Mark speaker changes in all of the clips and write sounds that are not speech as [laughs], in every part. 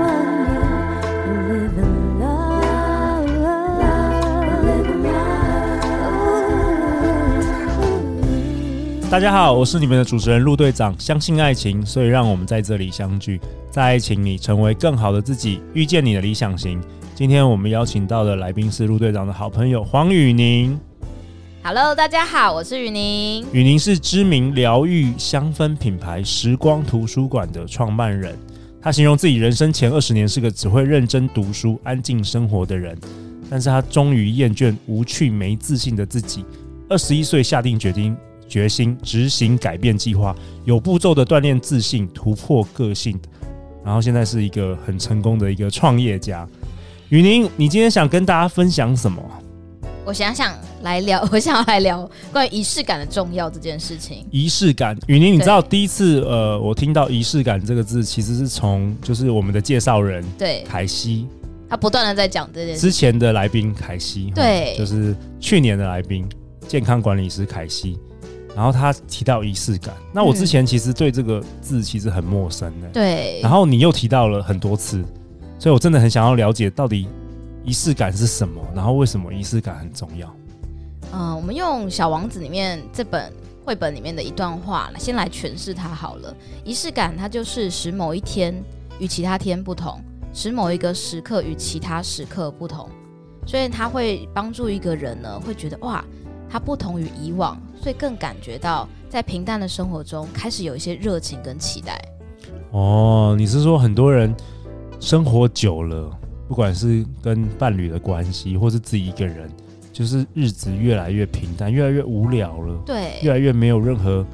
Speaker 1: love you, live in love, live in love.
Speaker 2: 大家好，我是你们的主持人陆队长。相信爱情，所以让我们在这里相聚，在爱情里成为更好的自己，遇见你的理想型。今天我们邀请到的来宾是陆队长的好朋友黄宇宁。
Speaker 3: Hello，大家好，我是雨宁。
Speaker 2: 宇宁是知名疗愈香氛品牌时光图书馆的创办人。他形容自己人生前二十年是个只会认真读书、安静生活的人，但是他终于厌倦无趣、没自信的自己。二十一岁下定决定，决心执行改变计划，有步骤的锻炼自信，突破个性。然后现在是一个很成功的一个创业家。宇宁，你今天想跟大家分享什么啊？
Speaker 3: 我想想来聊， [laughs] 我想要来聊关于仪式感的重要这件事情。
Speaker 2: 仪式感，雨宁，你
Speaker 3: 对
Speaker 2: 知道第一次呃，我听到仪式感这个字，其实是从就是我们的介绍人
Speaker 3: 对
Speaker 2: 凯西
Speaker 3: 他不断的在讲这件事，
Speaker 2: 之前的来宾凯西，哈
Speaker 3: 对
Speaker 2: 就是去年的来宾健康管理师凯西，然后他提到仪式感，那我之前其实对这个字其实很陌生的、
Speaker 3: 对
Speaker 2: 然，后你又提到了很多次，所以我真的很想要了解到底仪式感是什么，然后为什么仪式感很重要。
Speaker 3: 嗯、我们用《小王子》里面这本绘本里面的一段话，先来诠释它好了。仪式感，它就是使某一天与其他天不同，使某一个时刻与其他时刻不同，所以它会帮助一个人呢，会觉得哇，它不同于以往，所以更感觉到在平淡的生活中开始有一些热情跟期待。
Speaker 2: 哦，你是说很多人生活久了，不管是跟伴侣的关系，或是自己一个人，就是日子越来越平淡，越来越无聊了，
Speaker 3: 对，
Speaker 2: 越来越没有任何。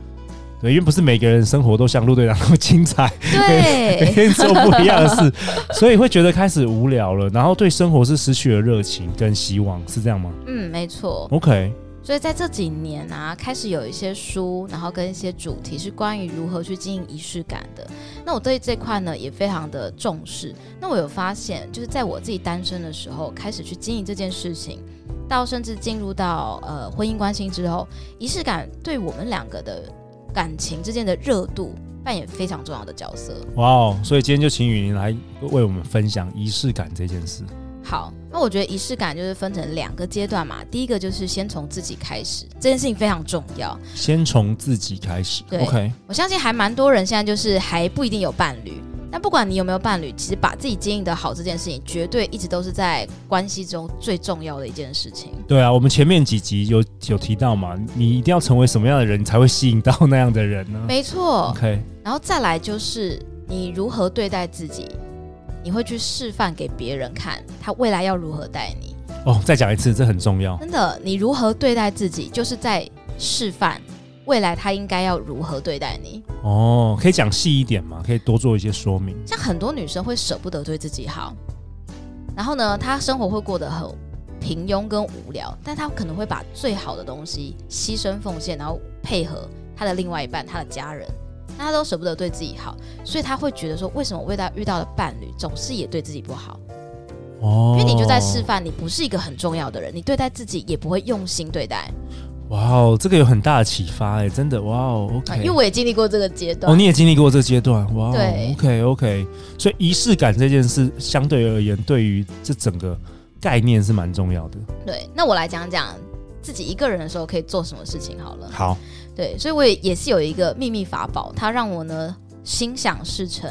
Speaker 2: 对，因为不是每个人生活都像陆队长那么精彩，每 [laughs]
Speaker 3: [laughs] 对，
Speaker 2: 天做不一样的事，所以会觉得开始无聊了，然后对生活是失去了热情跟希望，是这样吗
Speaker 3: 嗯，没错。
Speaker 2: ？OK，
Speaker 3: 所以在这几年啊，开始有一些书，然后跟一些主题是关于如何去经营仪式感的。那我对这块呢也非常的重视。那我有发现，就是在我自己单身的时候，开始去经营这件事情，到甚至进入到呃婚姻关系之后，仪式感对我们两个的感情之间的热度扮演非常重要的角色。
Speaker 2: 哇哦，所以今天就请雨林来为我们分享仪式感这件事。
Speaker 3: 好，那我觉得仪式感就是分成两个阶段嘛。第一个就是先从自己开始，这件事情非常重要。
Speaker 2: 先从自己开始
Speaker 3: 对
Speaker 2: ，OK，
Speaker 3: 我相信还蛮多人现在就是还不一定有伴侣，但不管你有没有伴侣，其实把自己经营的好这件事情，绝对一直都是在关系中最重要的一件事情。
Speaker 2: 对啊，我们前面几集有有提到嘛，你一定要成为什么样的人，你才会吸引到那样的人呢
Speaker 3: 没错，
Speaker 2: ？OK，
Speaker 3: 然后再来就是你如何对待自己，你会去示范给别人看，他未来要如何待你。
Speaker 2: 哦，再讲一次，这很重要。
Speaker 3: 真的，你如何对待自己，就是在示范未来他应该要如何对待你。
Speaker 2: 哦，可以讲细一点嘛，可以多做一些说明。
Speaker 3: 像很多女生会舍不得对自己好，然后呢，她生活会过得很平庸跟无聊，但她可能会把最好的东西牺牲奉献，然后配合她的另外一半、她的家人，那她都舍不得对自己好，所以她会觉得说，为什么为她遇到的伴侣总是也对自己不好？
Speaker 2: 哦
Speaker 3: 因，为你就在示。范，你不是一个很重要的人，你对待自己也不会用心对待。
Speaker 2: 哇哦，这个有很大的启发哎、真的哇哦
Speaker 3: 啊
Speaker 2: ，OK。
Speaker 3: 因为我也经历过这个阶段。
Speaker 2: 哦，你也经历过这阶段哇、
Speaker 3: 对
Speaker 2: 哦、，OK OK，所以仪式感这件事相对而言，对于这整个概念是蛮重要的。
Speaker 3: 对，那我来讲讲自己一个人的时候可以做什么事情好了。
Speaker 2: 好，
Speaker 3: 对，所以我也也是有一个秘密法宝，它让我呢心想事成，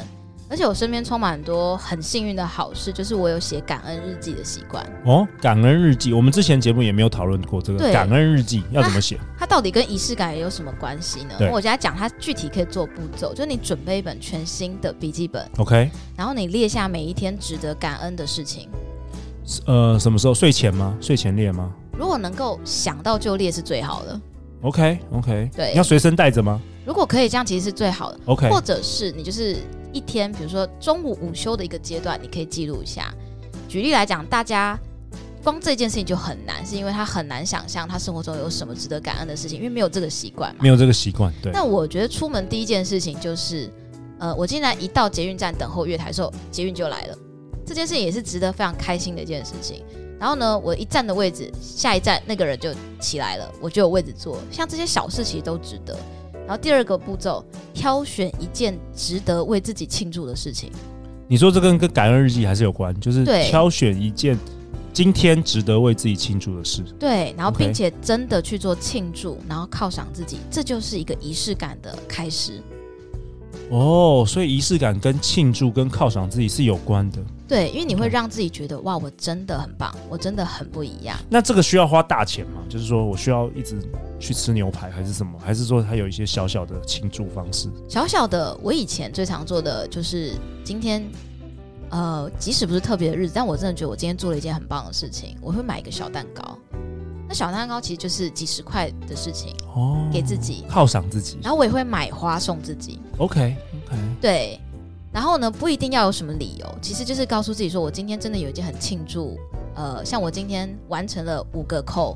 Speaker 3: 而且我身边充满很多很幸运的好事，就是我有写感恩日记的习惯。
Speaker 2: 哦，感恩日记，我们之前节目也没有讨论过这个
Speaker 3: 对
Speaker 2: 感恩日记要怎么写。
Speaker 3: [laughs] 它到底跟仪式感有什么关系呢？
Speaker 2: 对
Speaker 3: 我给大家讲，它具体可以做步骤，就是你准备一本全新的笔记本，
Speaker 2: OK，
Speaker 3: 然后你列下每一天值得感恩的事情。
Speaker 2: 呃，什么时候睡前吗？睡前列吗
Speaker 3: 如果能够想到就列是最好的，
Speaker 2: ？OK OK，
Speaker 3: 对
Speaker 2: 要随身带着吗
Speaker 3: 如果可以这样，其实是最好的。
Speaker 2: ？OK，
Speaker 3: 或者是你就是一天，比如说中午午休的一个阶段，你可以记录一下。举例来讲，大家光这件事情就很难，是因为他很难想象他生活中有什么值得感恩的事情，因为没有这个习惯嘛
Speaker 2: 没。有这个习惯，对，
Speaker 3: 那我觉得出门第一件事情就是，呃，我竟然一到捷运站等候月台的时候，捷运就来了。这件事情也是值得非常开心的一件事情。然后呢，我一站的位置，下一站那个人就起来了，我就有位置坐。像这些小事其实都值得。然后第二个步骤，挑选一件值得为自己庆祝的事情。
Speaker 2: 你说这跟跟感恩日记还是有关，就是
Speaker 3: 对
Speaker 2: 挑选一件今天值得为自己庆祝的事。
Speaker 3: 对，然后
Speaker 2: OK
Speaker 3: 并且真的去做庆祝，然后犒赏自己，这就是一个仪式感的开始。
Speaker 2: 哦，所以仪式感跟庆祝跟犒赏自己是有关的。
Speaker 3: 对，因为你会
Speaker 2: OK
Speaker 3: 让自己觉得哇，我真的很棒，我真的很不一样。
Speaker 2: 那这个需要花大钱吗？就是说我需要一直去吃牛排还是什么？还是说它有一些小小的庆祝方式？
Speaker 3: 小小的，我以前最常做的就是今天，呃，即使不是特别的日子，但我真的觉得我今天做了一件很棒的事情，我会买一个小蛋糕。那小蛋糕其实就是几十块的事情，
Speaker 2: 哦，
Speaker 3: 给自己。哦
Speaker 2: 犒赏自己。
Speaker 3: 然后我也会买花送自己，
Speaker 2: OK OK，
Speaker 3: 对。然后呢，不一定要有什么理由，其实就是告诉自己说，我今天真的有一件很庆祝，呃，像我今天完成了五个扣，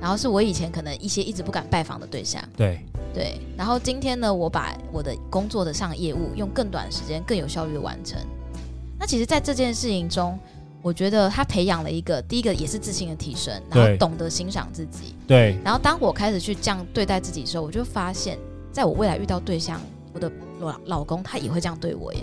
Speaker 3: 然后是我以前可能一些一直不敢拜访的对象。
Speaker 2: 对，
Speaker 3: 对，然后今天呢，我把我的工作的上业务用更短时间、更有效率的完成。那其实，在这件事情中，我觉得他培养了一个第一个也是自信的提升，然后
Speaker 2: 对
Speaker 3: 懂得欣赏自己。
Speaker 2: 对，
Speaker 3: 然后当我开始去这样对待自己的时候，我就发现，在我未来遇到对象，我的老老公他也会这样对我耶。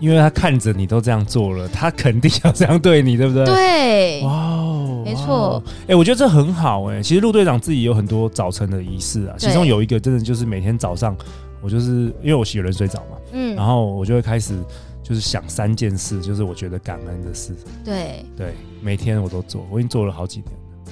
Speaker 2: 因为他看着你都这样做了，他肯定要这样对你，对不对？。
Speaker 3: 对
Speaker 2: 哇哦，
Speaker 3: 没错
Speaker 2: 哇哦。哎、我觉得这很好哎、其实陆队长自己有很多早晨的仪式啊，
Speaker 3: 对
Speaker 2: 其中有一个真的就是每天早上，我就是因为我洗冷水澡嘛，
Speaker 3: 嗯
Speaker 2: 然，后我就会开始就是想三件事，就是我觉得感恩的事。
Speaker 3: 对，
Speaker 2: 对，每天我都做，我已经做了好几年。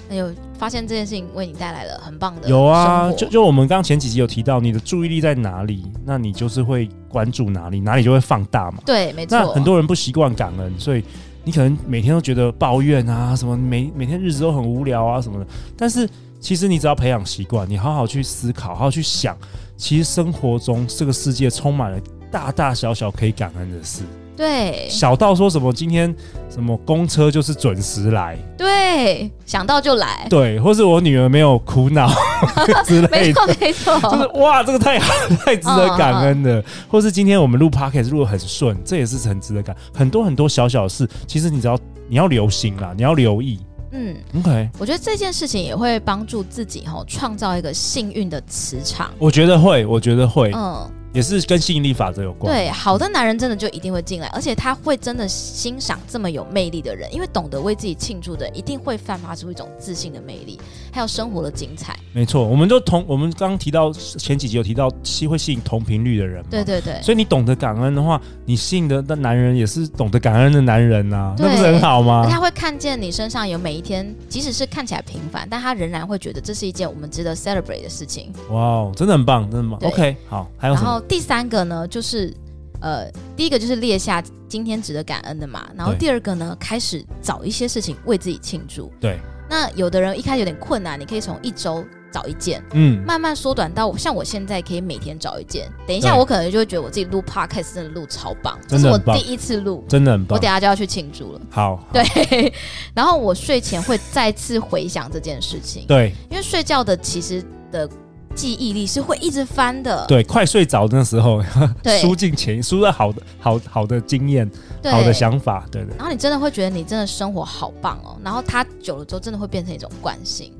Speaker 3: 哎呦，发现这件事情为你带来了很棒的
Speaker 2: 有啊，
Speaker 3: 呃生活
Speaker 2: 就就我们刚刚前几集有提到，你的注意力在哪里，那你就是会关注哪里，哪里就会放大嘛。
Speaker 3: 对，没
Speaker 2: 那
Speaker 3: 错，
Speaker 2: 很多人不习惯感恩，所以你可能每天都觉得抱怨啊，什么每每天日子都很无聊啊什么的。但是其实你只要培养习惯，你好好去思考，好好去想，其实生活中这个世界充满了大大小小可以感恩的事，
Speaker 3: 对
Speaker 2: 小到说什么今天什么公车就是准时来，
Speaker 3: 对，想到就来。
Speaker 2: 对，或是我女儿没有苦恼
Speaker 3: [laughs]
Speaker 2: 之类
Speaker 3: 没
Speaker 2: 的
Speaker 3: 错。
Speaker 2: [laughs]
Speaker 3: 没嗯错，
Speaker 2: 就是哇，这个太太值得感恩的，或是今天我们录 podcast 录得很顺，这也是很值得感。很多很多小小的事，其实你只要你要留心啦，你要留意。
Speaker 3: 嗯，
Speaker 2: OK，
Speaker 3: 我觉得这件事情也会帮助自己吼、创造一个幸运的磁场。
Speaker 2: 我觉得会，我觉得会，
Speaker 3: 嗯，
Speaker 2: 也是跟吸引力法则有关。
Speaker 3: 对，好的男人真的就一定会进来，而且他会真的欣赏这么有魅力的人，因为懂得为自己庆祝的人，一定会散发出一种自信的魅力，还有生活的精彩。
Speaker 2: 没错，我们就同我们刚刚提到前几集有提到吸会吸引同频率的人嘛，
Speaker 3: 对对对，
Speaker 2: 所以你懂得感恩的话，你吸引的那男人也是懂得感恩的男人呐、
Speaker 3: 对哎
Speaker 2: 那不是很好
Speaker 3: 而且
Speaker 2: 吗？
Speaker 3: 他会看见你身上有每一天，即使是看起来平凡，但他仍然会觉得这是一件我们值得 celebrate 的事情。
Speaker 2: 哇哦，真的很棒，真的很棒。
Speaker 3: 对
Speaker 2: OK，好，还有
Speaker 3: 然
Speaker 2: 什么？
Speaker 3: 后第三个呢，就是呃，第一个就是列下今天值得感恩的嘛。然后
Speaker 2: 对
Speaker 3: 第二个呢，开始找一些事情为自己庆祝。
Speaker 2: 对，
Speaker 3: 那有的人一开始有点困难，你可以从一周找一件，
Speaker 2: 嗯，
Speaker 3: 慢慢缩短到像我现在可以每天找一件。等一下，
Speaker 2: 对
Speaker 3: 我可能就会觉得我自己录 podcast 真的录超棒，这
Speaker 2: 真
Speaker 3: 是
Speaker 2: 的
Speaker 3: 我
Speaker 2: 很棒
Speaker 3: 第一次录，
Speaker 2: 真的很
Speaker 3: 我
Speaker 2: 棒
Speaker 3: 等。一下就要去庆祝了。
Speaker 2: 好，好
Speaker 3: 对，然后我睡前会再次回想这件事情，
Speaker 2: 对
Speaker 3: 因为睡觉的其实的记忆力是会一直翻的，
Speaker 2: 对，快睡着的时候，
Speaker 3: 对
Speaker 2: 输进潜意输了好的好好的经验，
Speaker 3: 对
Speaker 2: 好的想法，对对。
Speaker 3: 然后你真的会觉得你真的生活好棒哦，然后它久了之后真的会变成一种惯性。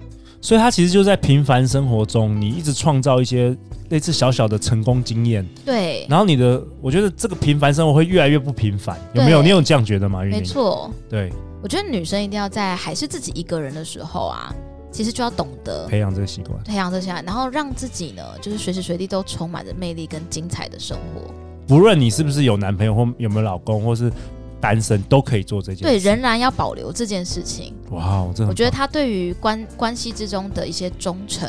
Speaker 2: 所以他其实就在平凡生活中，你一直创造一些类似小小的成功经验，
Speaker 3: 对，
Speaker 2: 然后你的，我觉得这个平凡生活会越来越不平凡，有没有？
Speaker 3: 对
Speaker 2: 你有这样觉得吗？玉
Speaker 3: 没
Speaker 2: 宁，
Speaker 3: 错，
Speaker 2: 对，
Speaker 3: 我觉得女生一定要在还是自己一个人的时候啊，其实就要懂得
Speaker 2: 培养这个习惯。
Speaker 3: 培养这些爱，然后让自己呢，就是随时随地都充满着魅力跟精彩的生活。
Speaker 2: 不论你是不是有男朋友或有没有老公，或是单身，都可以做这件
Speaker 3: 对，
Speaker 2: 事。
Speaker 3: 仍然要保留这件事情。
Speaker 2: 哇哦，这很
Speaker 3: 我觉得
Speaker 2: 棒
Speaker 3: 他对于关关系之中的一些忠诚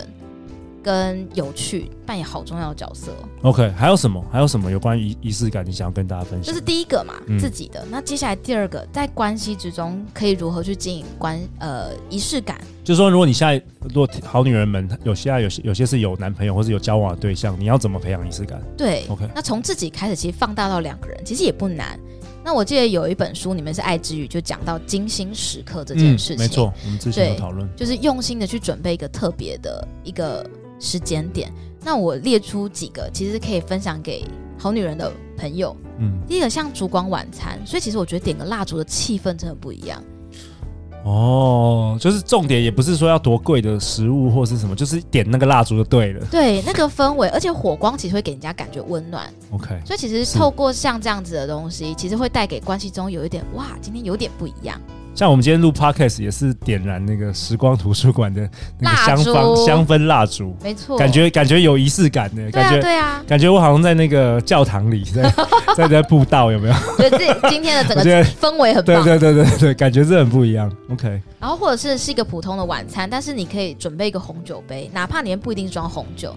Speaker 3: 跟有趣，扮演好重要的角色哦。
Speaker 2: OK。还有什么？还有什么有关于仪仪式感？你想要跟大家分
Speaker 3: 这
Speaker 2: 享？
Speaker 3: 是第一个嘛，
Speaker 2: 嗯
Speaker 3: 自己的。那接下来第二个，在关系之中可以如何去经营关呃仪式感？
Speaker 2: 就是说，如果你现在如果好女人们有些啊有些有些是有男朋友或是有交往的对象，你要怎么培养仪式感
Speaker 3: 对
Speaker 2: OK
Speaker 3: 那从自己开始，其实放大到两个人，其实也不难。那我记得有一本书，里面是《爱之语》，就讲到精心时刻这件事情，
Speaker 2: 嗯没，错，我们之前有
Speaker 3: 对
Speaker 2: 讨论。
Speaker 3: 就是用心的去准备一个特别的一个时间点。那我列出几个，其实可以分享给好女人的朋友。
Speaker 2: 嗯，
Speaker 3: 第一个像烛光晚餐，所以其实我觉得点个蜡烛的气氛真的不一样。
Speaker 2: 哦，就是重点也不是说要多贵的食物或是什么，就是点那个蜡烛就对了。
Speaker 3: 对，那个氛围，而且火光其实会给人家感觉温暖。
Speaker 2: OK，
Speaker 3: 所以其实
Speaker 2: 是
Speaker 3: 透过像这样子的东西，其实会带给关系中有一点哇，今天有点不一样。
Speaker 2: 像我们今天录 Podcast 也是点燃那个时光图书馆的那个香
Speaker 3: 蜡
Speaker 2: 方
Speaker 3: 烛
Speaker 2: 香氛蜡烛，
Speaker 3: 没错，
Speaker 2: 感觉感觉有仪式感的
Speaker 3: 对
Speaker 2: 感
Speaker 3: 啊
Speaker 2: 觉。
Speaker 3: 对啊，
Speaker 2: 感觉我好像在那个教堂里， [laughs]
Speaker 3: [laughs]
Speaker 2: 在在在步道，有没 [laughs] 有？
Speaker 3: 觉得这今天的整
Speaker 2: [laughs] 我觉
Speaker 3: 个
Speaker 2: 得
Speaker 3: 氛围很
Speaker 2: 对
Speaker 3: 棒。
Speaker 2: 对对对对，感觉这很不一样。OK，
Speaker 3: 然后或者是是一个普通的晚餐，但是你可以准备一个红酒杯，哪怕里面不一定装红酒。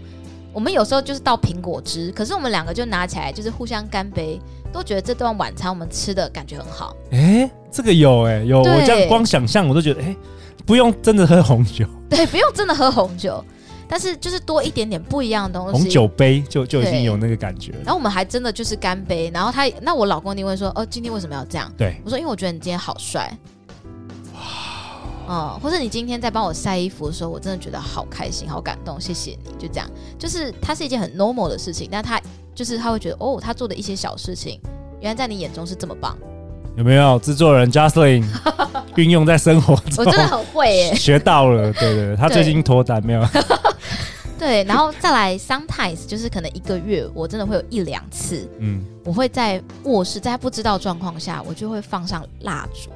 Speaker 3: 我们有时候就是倒苹果汁，可是我们两个就拿起来就是互相干杯，都觉得这顿晚餐我们吃的感觉很
Speaker 2: [laughs]
Speaker 3: 好。
Speaker 2: 哎、这个有哎、有，
Speaker 3: 对
Speaker 2: 我这样光想象我都觉得哎、诶不用真的喝红酒，
Speaker 3: 对，不用真的喝红酒，但是就是多一点点不一样的东西。
Speaker 2: 红酒杯就就已经
Speaker 3: 对
Speaker 2: 有那个感觉了。
Speaker 3: 然后我们还真的就是干杯，然后他那我老公一定会说，哦，今天为什么要这样？
Speaker 2: 对，
Speaker 3: 我说因为我觉得你今天好帅，嗯，或者你今天在帮我晒衣服的时候，我真的觉得好开心、好感动，谢谢你，就这样，就是它是一件很 normal 的事情，但他就是他会觉得，哦，他做的一些小事情，原来在你眼中是这么棒，
Speaker 2: 有没有制作人
Speaker 3: [laughs]
Speaker 2: Justin 运用在生活
Speaker 3: 我
Speaker 2: 中？。
Speaker 3: 真的很会耶
Speaker 2: 学到了，对对对，他
Speaker 3: 对
Speaker 2: 最近脱单没有？
Speaker 3: [laughs] 对，然后再来 sometimes 就是可能一个月，我真的会有一两次，
Speaker 2: 嗯，
Speaker 3: 我会在卧室，在他不知道状况下，我就会放上蜡烛，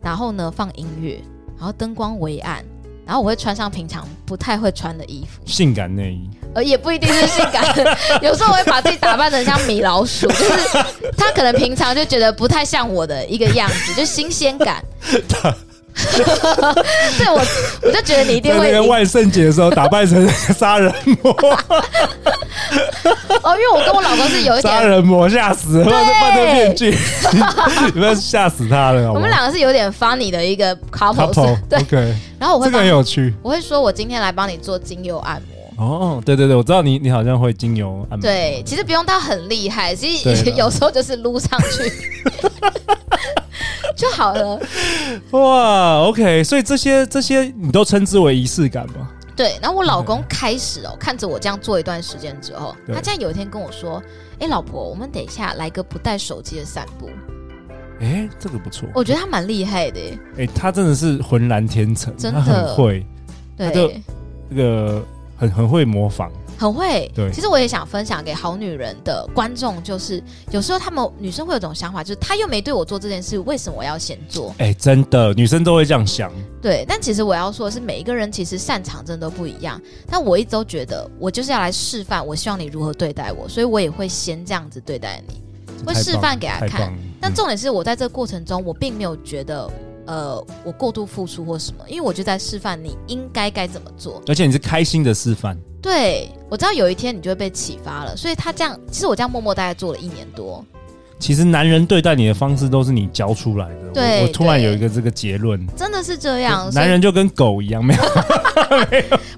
Speaker 3: 然后呢放音乐，然后灯光微暗，然后我会穿上平常不太会穿的衣服，
Speaker 2: 性感内衣，
Speaker 3: 呃，也不一定是性感，有时候我会把自己打扮成像米老鼠，就是他可能平常就觉得不太像我的一个样子，就新鲜感。对我，我就觉得你一定
Speaker 2: 在那
Speaker 3: 会
Speaker 2: 个万圣节的时候打扮成杀人魔，
Speaker 3: 哦，因为我跟我老公是有一点
Speaker 2: 杀人魔吓死了，换成换成面具， [laughs] 你们吓死他了，好
Speaker 3: 我
Speaker 2: 不
Speaker 3: 们
Speaker 2: 好
Speaker 3: 两个是有点 funny 的一个 couple，
Speaker 2: couple
Speaker 3: 对。
Speaker 2: OK，
Speaker 3: 然后我会
Speaker 2: 这个
Speaker 3: 把
Speaker 2: 很有趣
Speaker 3: 我会说我今天来帮你做精油按摩。
Speaker 2: 哦。对对对，我知道你你好像会精油按摩，
Speaker 3: 对，其实不用到很厉害，其实
Speaker 2: 对啦
Speaker 3: [laughs] 有时候就是撸上去 [laughs] 就好了。
Speaker 2: 哇，OK，所以这些这些你都称之为仪式感吗？
Speaker 3: 对，然后我老公开始哦，看着我这样做一段时间之后，
Speaker 2: 对
Speaker 3: 他竟然有一天跟我说：“哎，老婆，我们等一下来个不带手机的散步。
Speaker 2: 哎，这个不错”，
Speaker 3: 我觉得他蛮厉害的耶，
Speaker 2: 哎，他真的是浑然天成，
Speaker 3: 真
Speaker 2: 他
Speaker 3: 的
Speaker 2: 很会他就
Speaker 3: 对，
Speaker 2: 这个很很会模仿，
Speaker 3: 很会。
Speaker 2: 对
Speaker 3: 其实我也想分享给好女人的观众，就是有时候她们女生会有种想法，就是她又没对我做这件事，为什么我要先做？
Speaker 2: 哎，真的，女生都会这样想，
Speaker 3: 对，但其实我要说的是，每一个人其实擅长真的都不一样。但我一直都觉得，我就是要来示范，我希望你如何对待我，所以我也会先这样子对待你。会
Speaker 2: 太棒
Speaker 3: 示范给他
Speaker 2: 太
Speaker 3: 看
Speaker 2: 棒了
Speaker 3: 但
Speaker 2: 嗯
Speaker 3: 重点是我在这个过程中，我并没有觉得，呃，我过度付出或什么，因为我就在示范你应该该怎么做。
Speaker 2: 而且你是开心的示范，
Speaker 3: 对我知道有一天你就会被启发了，所以他这样，其实我这样默默大概做了一年多。
Speaker 2: 其实男人对待你的方式都是你教出来的。
Speaker 3: 对
Speaker 2: 我我突然
Speaker 3: 对
Speaker 2: 有一个这个结论，
Speaker 3: 真的是这样，所以
Speaker 2: 男人就跟狗一样，没有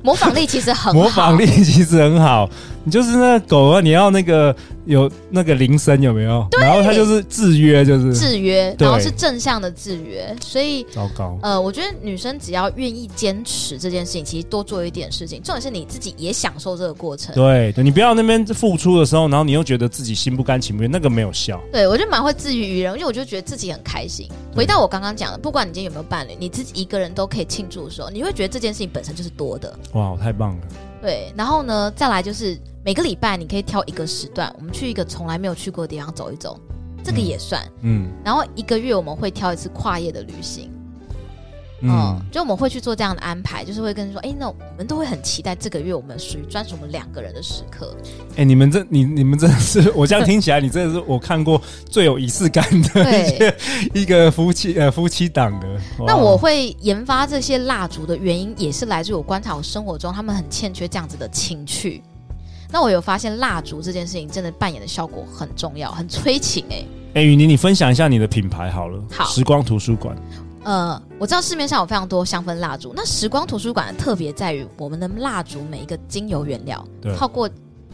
Speaker 3: 模仿力其实很好，
Speaker 2: 模仿力其实很好。你就是那个狗啊，你要那个有那个铃声有没有？然后它就是制约，就是
Speaker 3: 制约，然后
Speaker 2: 对
Speaker 3: 是正向的制约，所以
Speaker 2: 糟糕。
Speaker 3: 呃，我觉得女生只要愿意坚持这件事情，其实多做一点事情，重点是你自己也享受这个过程。
Speaker 2: 对啊对，你不要那边付出的时候，然后你又觉得自己心不甘情不愿，那个没有效。
Speaker 3: 对我就蛮会自娱于人，因为我就觉得自己很开心。回到我刚刚讲的，不管你今天有没有伴侣，你自己一个人都可以庆祝的时候，你会觉得这件事情本身就是多的。
Speaker 2: 哇，太棒了！
Speaker 3: 对，然后呢，再来就是每个礼拜你可以挑一个时段，我们去一个从来没有去过的地方走一走，这个
Speaker 2: 嗯
Speaker 3: 也算。
Speaker 2: 嗯
Speaker 3: 然后一个月我们会挑一次跨业的旅行。
Speaker 2: 嗯，
Speaker 3: 嗯，就我们会去做这样的安排，就是会跟你说，哎、那我们都会很期待这个月我们属于专属我们两个人的时刻。
Speaker 2: 哎、你们这你你们真的是， [laughs] 我这样听起来，你真的是我看过最有仪式感的一
Speaker 3: 对
Speaker 2: 些一个夫妻呃夫妻档的。哇
Speaker 3: 那我会研发这些蜡烛的原因，也是来自于我观察我生活中他们很欠缺这样子的情趣。那我有发现蜡烛这件事情真的扮演的效果很重要，很催情哎、
Speaker 2: 哎，雨宁，你分享一下你的品牌好了。
Speaker 3: 好
Speaker 2: 时光图书馆。
Speaker 3: 呃，我知道市面上有非常多香氛蜡烛，那时光图书馆的特别在于我们的蜡烛每一个精油原料
Speaker 2: 对
Speaker 3: 泡过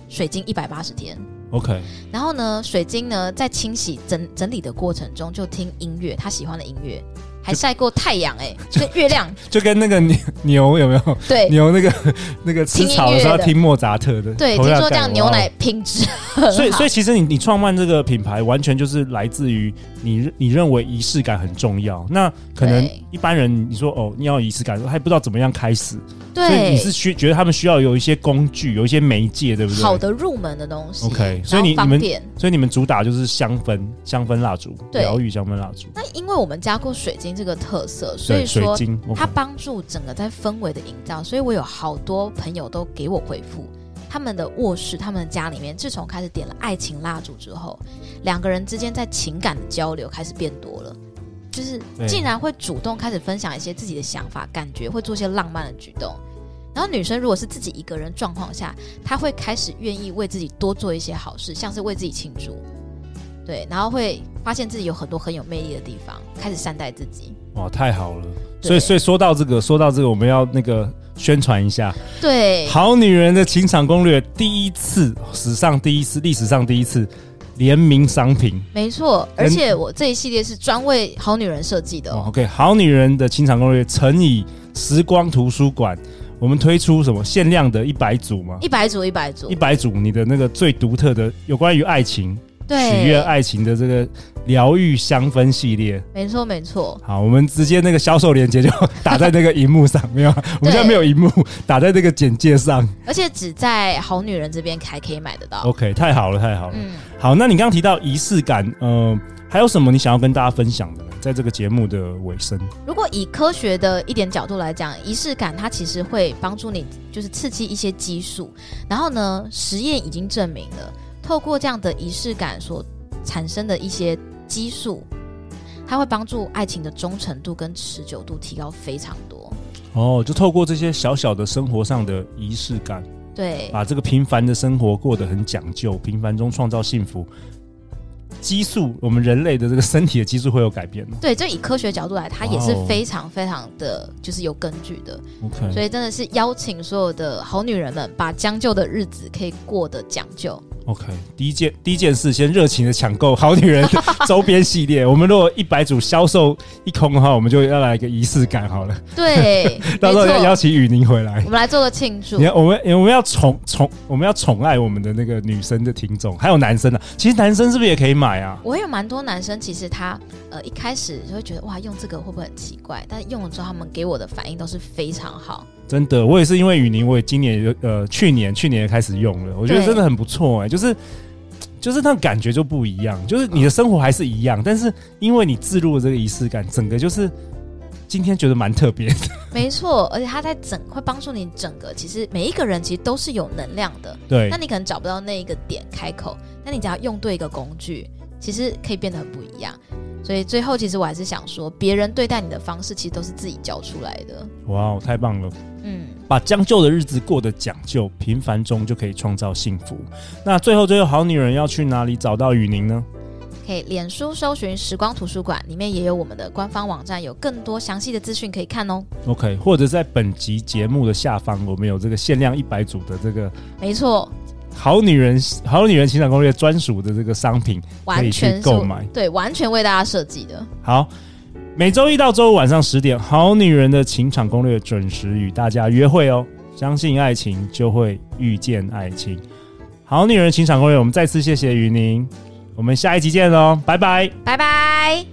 Speaker 3: 水晶一百八十天。
Speaker 2: OK，
Speaker 3: 然后呢，水晶呢在清洗整整理的过程中就听音乐，他喜欢的音乐，还晒过太阳哎、跟月亮
Speaker 2: [laughs] 就跟那个牛 [laughs] 牛有没有
Speaker 3: 对
Speaker 2: 牛那个 [laughs] 那个吃
Speaker 3: 听音
Speaker 2: 草的时候
Speaker 3: 乐
Speaker 2: 要
Speaker 3: 的
Speaker 2: 哎听莫扎特的，
Speaker 3: 对，
Speaker 2: 头
Speaker 3: 听
Speaker 2: 要
Speaker 3: 说这
Speaker 2: 盖
Speaker 3: 样
Speaker 2: 哇
Speaker 3: 牛
Speaker 2: 哦
Speaker 3: 奶
Speaker 2: [laughs]
Speaker 3: 品质
Speaker 2: 所以，所以
Speaker 3: 以
Speaker 2: 其实你你创办这个品牌，完全就是来自于你认你认为仪式感很重要。那可能
Speaker 3: 对
Speaker 2: 一般人你说哦，你要有仪式感，还不知道怎么样开始，所以你是
Speaker 3: 对
Speaker 2: 需觉得他们需要有一些工具，有一些媒介，对不对？
Speaker 3: 好。的入门的东西
Speaker 2: OK，所以
Speaker 3: 然后
Speaker 2: 你你
Speaker 3: 方
Speaker 2: 们
Speaker 3: 便。
Speaker 2: 所以你们主打就是香氛、香氛蜡烛、
Speaker 3: 对
Speaker 2: 疗愈香氛蜡烛，
Speaker 3: 那因为我们加过水晶这个特色，所
Speaker 2: 对
Speaker 3: 以
Speaker 2: 水
Speaker 3: 说
Speaker 2: 晶。
Speaker 3: 它
Speaker 2: OK
Speaker 3: 帮助整个在氛围的营造，所以我有好多朋友都给我回复，他们的卧室、他们的家里面，自从开始点了爱情蜡烛之后，两个人之间在情感的交流开始变多了，就是
Speaker 2: 对
Speaker 3: 竟然会主动开始分享一些自己的想法、感觉，会做一些浪漫的举动。然后女生如果是自己一个人状况下，她会开始愿意为自己多做一些好事，像是为自己庆祝，对，然后会发现自己有很多很有魅力的地方，开始善待自己。
Speaker 2: 哇，哦太好了！
Speaker 3: 对
Speaker 2: 所以，所以说到这个，说到这个，我们要那个宣传一下，
Speaker 3: 对，
Speaker 2: 《好女人的情场攻略》第一次，史上第一次，历史上第一次联名商品。
Speaker 3: 没错，
Speaker 2: 人
Speaker 3: 而且我这一系列是专为好女人设计的、
Speaker 2: 哦
Speaker 3: 哦。
Speaker 2: OK，《好女人的情场攻略》乘以时光图书馆，我们推出什么限量的一百组吗？
Speaker 3: 一百组，一百组
Speaker 2: 一，百组，你的那个最独特的有关于爱情、许
Speaker 3: 对
Speaker 2: 愿，爱情的这个疗愈香氛系列。
Speaker 3: 没错没错，
Speaker 2: 好，我们直接那个销售链接就 [laughs] 打在那个荧幕上，没有啊？我们现在没有荧幕，打在这个简介上。
Speaker 3: 而且只在好女人这边还可以买得到。
Speaker 2: OK，太好了，太好了。
Speaker 3: 嗯，
Speaker 2: 好，那你刚刚提到仪式感，呃，还有什么你想要跟大家分享的呢？在这个节目的尾声，
Speaker 3: 如果以科学的一点角度来讲，仪式感它其实会帮助你，就是刺激一些激素。然后呢，实验已经证明了，透过这样的仪式感所产生的一些激素，它会帮助爱情的忠诚度跟持久度提高非常多。
Speaker 2: 哦，就透过这些小小的生活上的仪式感，
Speaker 3: 对，
Speaker 2: 把这个平凡的生活过得很讲究，平凡中创造幸福。激素，我们人类的这个身体的激素会有改变吗
Speaker 3: 对，就以科学角度来，它也是
Speaker 2: 哇哦
Speaker 3: 非常非常的，就是有根据的。所
Speaker 2: ？OK，
Speaker 3: 以真的是邀请所有的好女人们，把将就的日子可以过得讲究。
Speaker 2: OK，第一件第一件事，先热情的抢购好女人 [laughs] 的周边系列。我们如果一百组销售一空的话，我们就要来一个仪式感好了。
Speaker 3: 对，
Speaker 2: [laughs] 到
Speaker 3: 没
Speaker 2: 时候要邀
Speaker 3: 错，
Speaker 2: 请雨宁回来
Speaker 3: 我。们来做个庆祝
Speaker 2: 你。看，我们我们要宠宠，我们要宠爱我们的那个女生的听众，还有男生啊。其实男生是不是也可以买啊？
Speaker 3: 我有蛮多男生，其实他呃一开始就会觉得哇，用这个会不会很奇怪？但用了之后，他们给我的反应都是非常好。
Speaker 2: 真的，我也是因为雨宁，我也今年有呃去年去年也开始用了，我觉得
Speaker 3: 对
Speaker 2: 真的很不错哎、就是就是那感觉就不一样，就是你的生活还是一样，但是因为你置入了这个仪式感，整个就是今天觉得蛮特别的。
Speaker 3: 没错，而且他在整会帮助你整个，其实每一个人其实都是有能量的。
Speaker 2: 对
Speaker 3: 那，你可能找不到那一个点开口，但你只要用对一个工具，其实可以变得很不一样。所以最后，其实我还是想说，别人对待你的方式，其实都是自己教出来的。
Speaker 2: 哇哦，太棒了！
Speaker 3: 嗯，
Speaker 2: 把将就的日子过得讲究，平凡中就可以创造幸福。那最后，最后好女人要去哪里找到雨宁呢？
Speaker 3: 可以脸书搜寻“时光图书馆”，里面也有我们的官方网站，有更多详细的资讯可以看哦。
Speaker 2: OK，或者在本集节目的下方，我们有这个限量一百组的这个
Speaker 3: 没错，
Speaker 2: 好女人好女人情感攻略专属的这个商品，可以
Speaker 3: 完
Speaker 2: 去
Speaker 3: 全
Speaker 2: 购
Speaker 3: 是
Speaker 2: 买。
Speaker 3: 对，完全为大家设计的。
Speaker 2: 好，每周一到周五晚上十点，《好女人的情场攻略》准时与大家约会哦。相信爱情，就会遇见爱情。好哦女人情场攻略，我们再次谢谢雨宁，我们下一集见喽，拜拜。
Speaker 3: 拜拜。